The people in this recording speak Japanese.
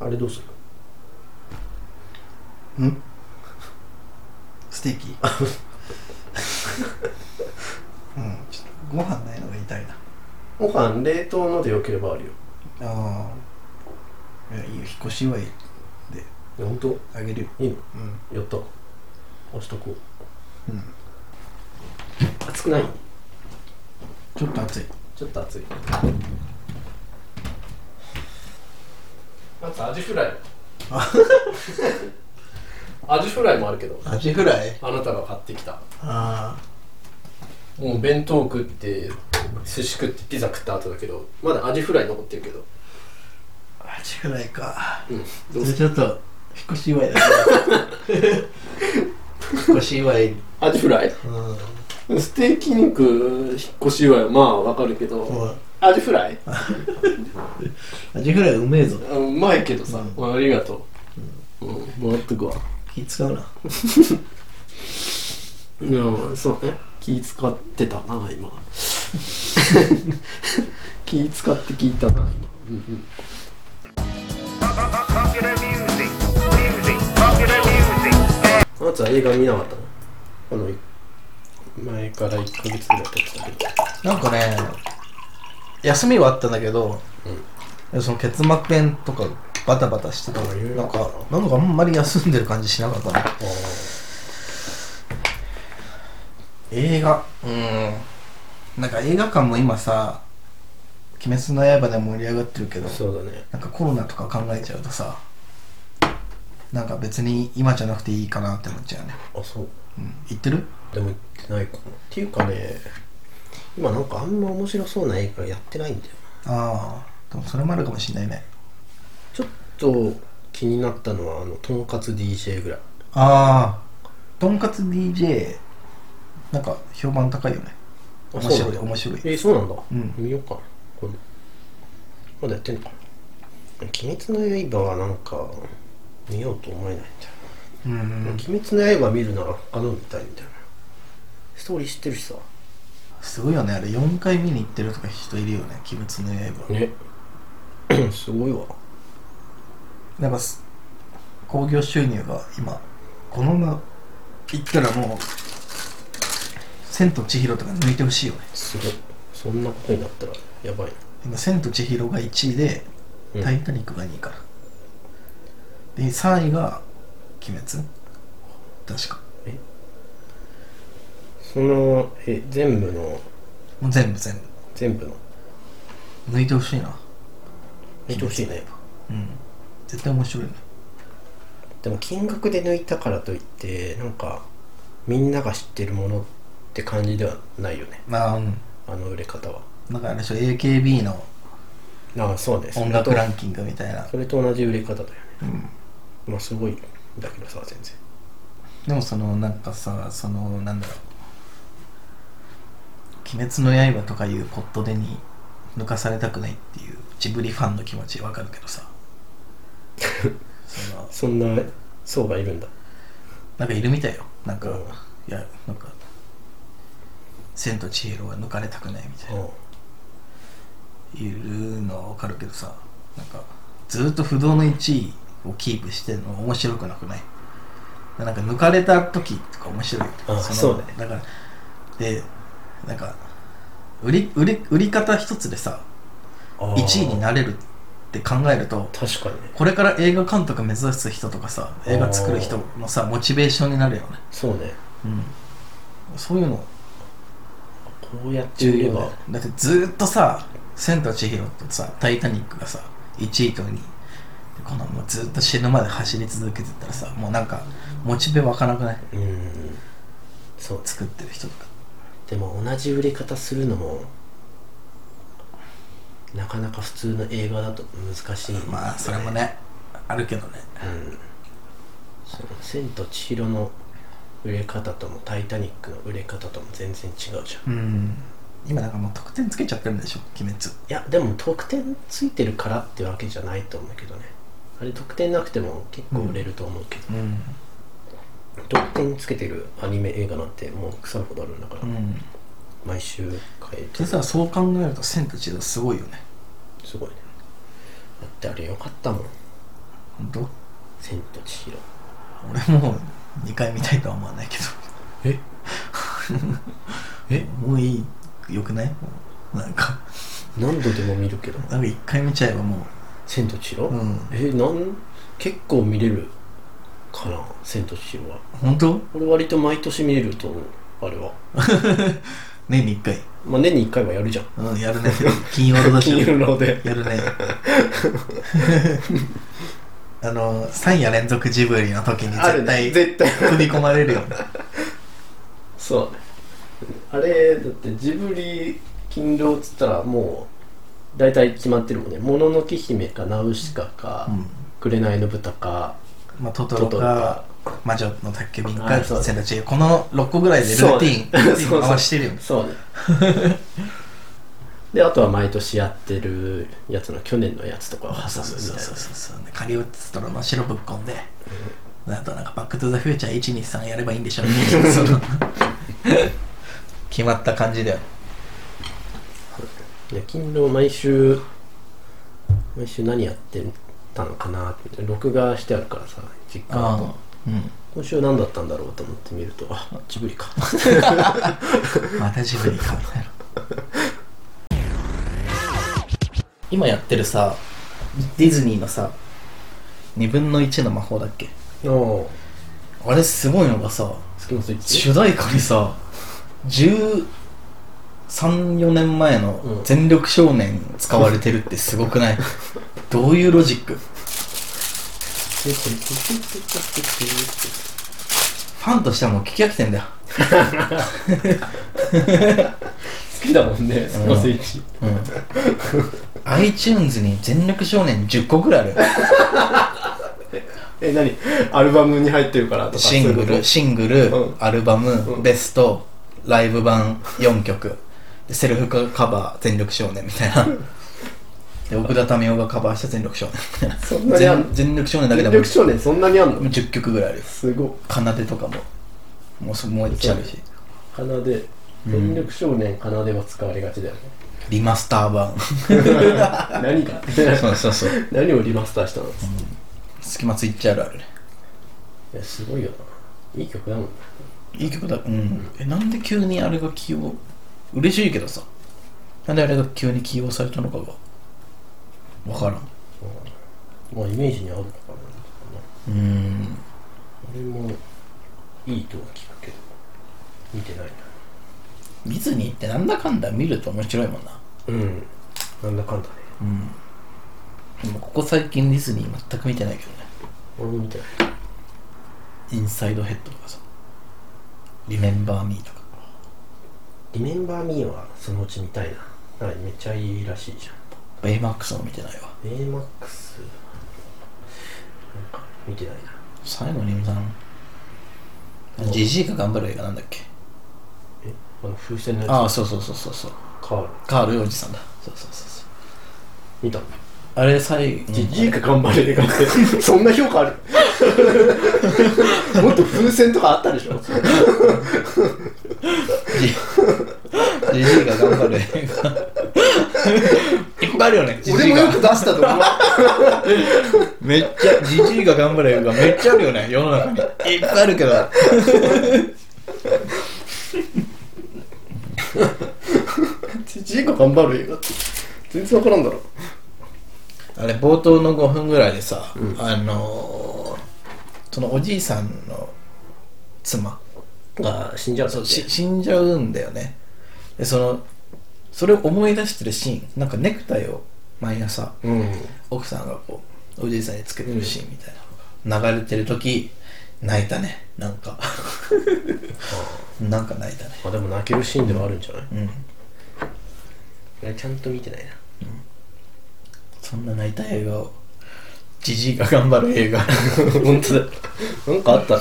あれどうするステー キうんちょっとご飯ないのが痛いなご飯冷凍のでよければあるよああいやいいよ引っ越し祝いいや本当あげるよいいのうんやった押しとこううん熱くないちょっと熱いちょっと熱いなんかアジ フライアジフライもあるけどアジフライあなたが買ってきたあもう弁当食って寿司食ってピザ食った後だけどまだアジフライ残ってるけどあアジフライかうんどそうれするちょっと引っ越し祝いだけ ど引っ越し祝いうんアジフライステーキ肉引っ越しはまあわかるけど、そうアジフライアジフライうめえぞあうまいけどさ、うありがとう、うんもらっとくわ気使うないやそうね気使ってたな 今気使って聞いたな今、 Popular music, music, popular music. あなたは映画見なかったのこの前から1ヶ月ぐらい経ってたけどなんかね休みはあったんだけど、その結膜炎とかバタバタしてたあいろいろなんかなんかあんまり休んでる感じしなかったな映画うんなんか映画館も今さ「鬼滅の刃」で盛り上がってるけどそうだねなんかコロナとか考えちゃうとさなんか別に今じゃなくていいかなって思っちゃうね、あそううん、言ってるでも行ってないかもっていうかね今なんかあんま面白そうな映画やってないんだよああでもそれもあるかもしんないねちょっと気になったのはあのとんかつ DJ ぐらいああとんかつ DJ なんか評判高いよね面白い面白いえーそうなんだ、うん見ようかなこれまだやってんのかな「鬼滅の刃」はなんか見ようと思えないんだようんうな、ん鬼滅の刃見るなら他の見たいみたいなストーリー知ってるしさすごいよねあれ4回見に行ってるとか人いるよね「鬼滅の刃ね すごいわ」なんかす興行収入が今このまま行ったらもう「千と千尋」とか抜いてほしいよねすごいそんなことになったらやばいな今「千と千尋」が1位でう「んタイタニック」が2位から、で3位が「鬼滅」確かそのえ全部のもう全部全部全部の抜いてほしいな見てほしいねうん絶対面白いねでも金額で抜いたからといってなんかみんなが知ってるものって感じではないよねまあうんあの売れ方はなんかあれでしょ AKB のああそうです音楽ランキングみたいなそれと同じ売れ方だよねうんまあすごいんだけどさ全然でもそのなんかさそのなんだろう「鬼滅の刃」とかいうポットでに抜かされたくないっていうジブリファンの気持ちわかるけ どさそのそんな層がいるんだなんかいるみたいよなんか、うんいやなんか「千と千尋」は抜かれたくないみたいないるのはわかるけどさなんかずっと不動の1位をキープしてるの面白くなくないなんか抜かれた時とか面白いあのそうねだからでなんか売り売り売り方一つでさあ1位にるなれるって考えると確かにねこれから映画監督目指す人とかさ映画作る人のさモチベーションになるよね、そうねうん、そういうのこうやって売ればだってずーっとさ「千と千尋」とさ「タイタニック」がさ1位と2位でこのもうずーっと死ぬまで走り続けてたらさもうなんかモチベ湧かなくないうんそう作ってる人とかでも同じ売れ方するのもなかなか普通の映画だと難しいんだよねまあそれもねあるけどねうんその「千と千尋」の売れ方とも「タイタニック」の売れ方とも全然違うじゃんいうん今なんかもう得点つけちゃってるんでしょ「鬼滅やでも得点ついてるからってわけじゃないと思うけどねあれ得点なくても結構売れると思うけど」、うん得点つけてるアニメ映画なんてもう腐るほどあるんだから、うん毎週変えてでさそう考えると「千と千尋」すごいよねすごいねだってあれよかったもん本当千と千尋俺もう2回見たいとは思わないけど ええもういいよくないなんか何度でも見るけどなんか1回見ちゃえばも千と千尋、ううんえなん結構見れるかな千と千尋は 本当俺割と毎年見れると思うあれは年に1回まあ年に1回はやるじゃんうんやる ね金曜ロードショ金融ーローでやるね あの3夜連続ジブリの時にあるね絶対絶対組み込 まれるよねそうねあれだってジブリ勤労っつったらもう大体決まってるもんね「もののけ姫」か「ナウシカ」かうん「紅の豚」かまあ、「トトトロトロ」かか魔女の宅急便あかそう千と千尋この6個ぐらいでルーティン そうねルーティンを合わしてるよねそうね であとは毎年やってるやつの去年のやつとかを挟むみたいそうなそうそうそうそうそうカリウストロの白ぶっこんで、あとなんか「バック・トゥ・ザ・フューチャー123」やればいいんでしょうねその決まった感じだよいや勤労毎週毎週何やってたのかなって録画してあるからさ実家だとうん今週何だったんだろうと思って見るとあジブリかまたジブリかみたいな今やってるさディズニーのさ2分の1の魔法だっけおおあれすごいのがさスキマスイッチ主題歌にさ134年前の「全力少年」使われてるってすご くないどういうロジックフでこれピピピピピピピァンとしてはもう聞き飽きてんだよ好きだもんねスキマスイッチうん iTunes に「全力少年」10個ぐらいあるよえ何アルバムに入ってる からとかシングルシングル、うんアルバム、うんベストライブ版4曲でセルフカバー「全力少年」みたい なで奥田民生がカバーした「全力少年」みたいなそんなにあん全全力少年だけで全も力少年そんなにあんの10曲ぐらいあるよすごい奏でとかももうそもう一あるし奏で全力少年奏では使われがちだよねリマスター版 何が そうそうそう 何をリマスターしたのスキマスイッチあるあるねいやすごいよないい曲だもんいい曲だうんえなんで急にあれが起用嬉しいけどさなんであれが急に起用されたのかが分からんまあイメージに合うのかなうん俺もいいとは聞くけど見てないなディズニーってなんだかんだ見ると面白いもんなうんなんだかんだねうんでもここ最近ディズニー全く見てないけどね俺も見てないインサイドヘッドとかさリメンバーミーとかリメンバーミーはそのうち見たいなはいめっちゃいいらしいじゃんベイマックスも見てないわ a マックスなんか見てないな最後に見たのジジイが頑張る映画なんだっけえあの風船のやつああそうそうそうそうそうカールカールおじさんだそうそうそうそう見たあれ最後じじいか頑張れ映画って そんな評価ある もっと風船とかあったでし ょ ジジジイが頑張る映画一個あるよねジジイが出したと思うめっちゃジジイが頑張る映画めっちゃあるよね世の中にいっぱいあるけどじじいが頑張る映画って全然わからんだろあれ冒頭の5分ぐらいでさ、うんあのー、そのおじいさんの妻あ死んじゃうそうし死んじゃうんだよねでそのそれを思い出してるシーンなんかネクタイを毎朝うん奥さんがこうおじいさんにつけてるシーンみたいなのが流れてる時泣いたねなんかなんか泣いたねまあでも泣けるシーンではあるんじゃないうんあれちゃんと見てないなそんな泣 いた映画をじじいが頑張る映画本当だなんかあった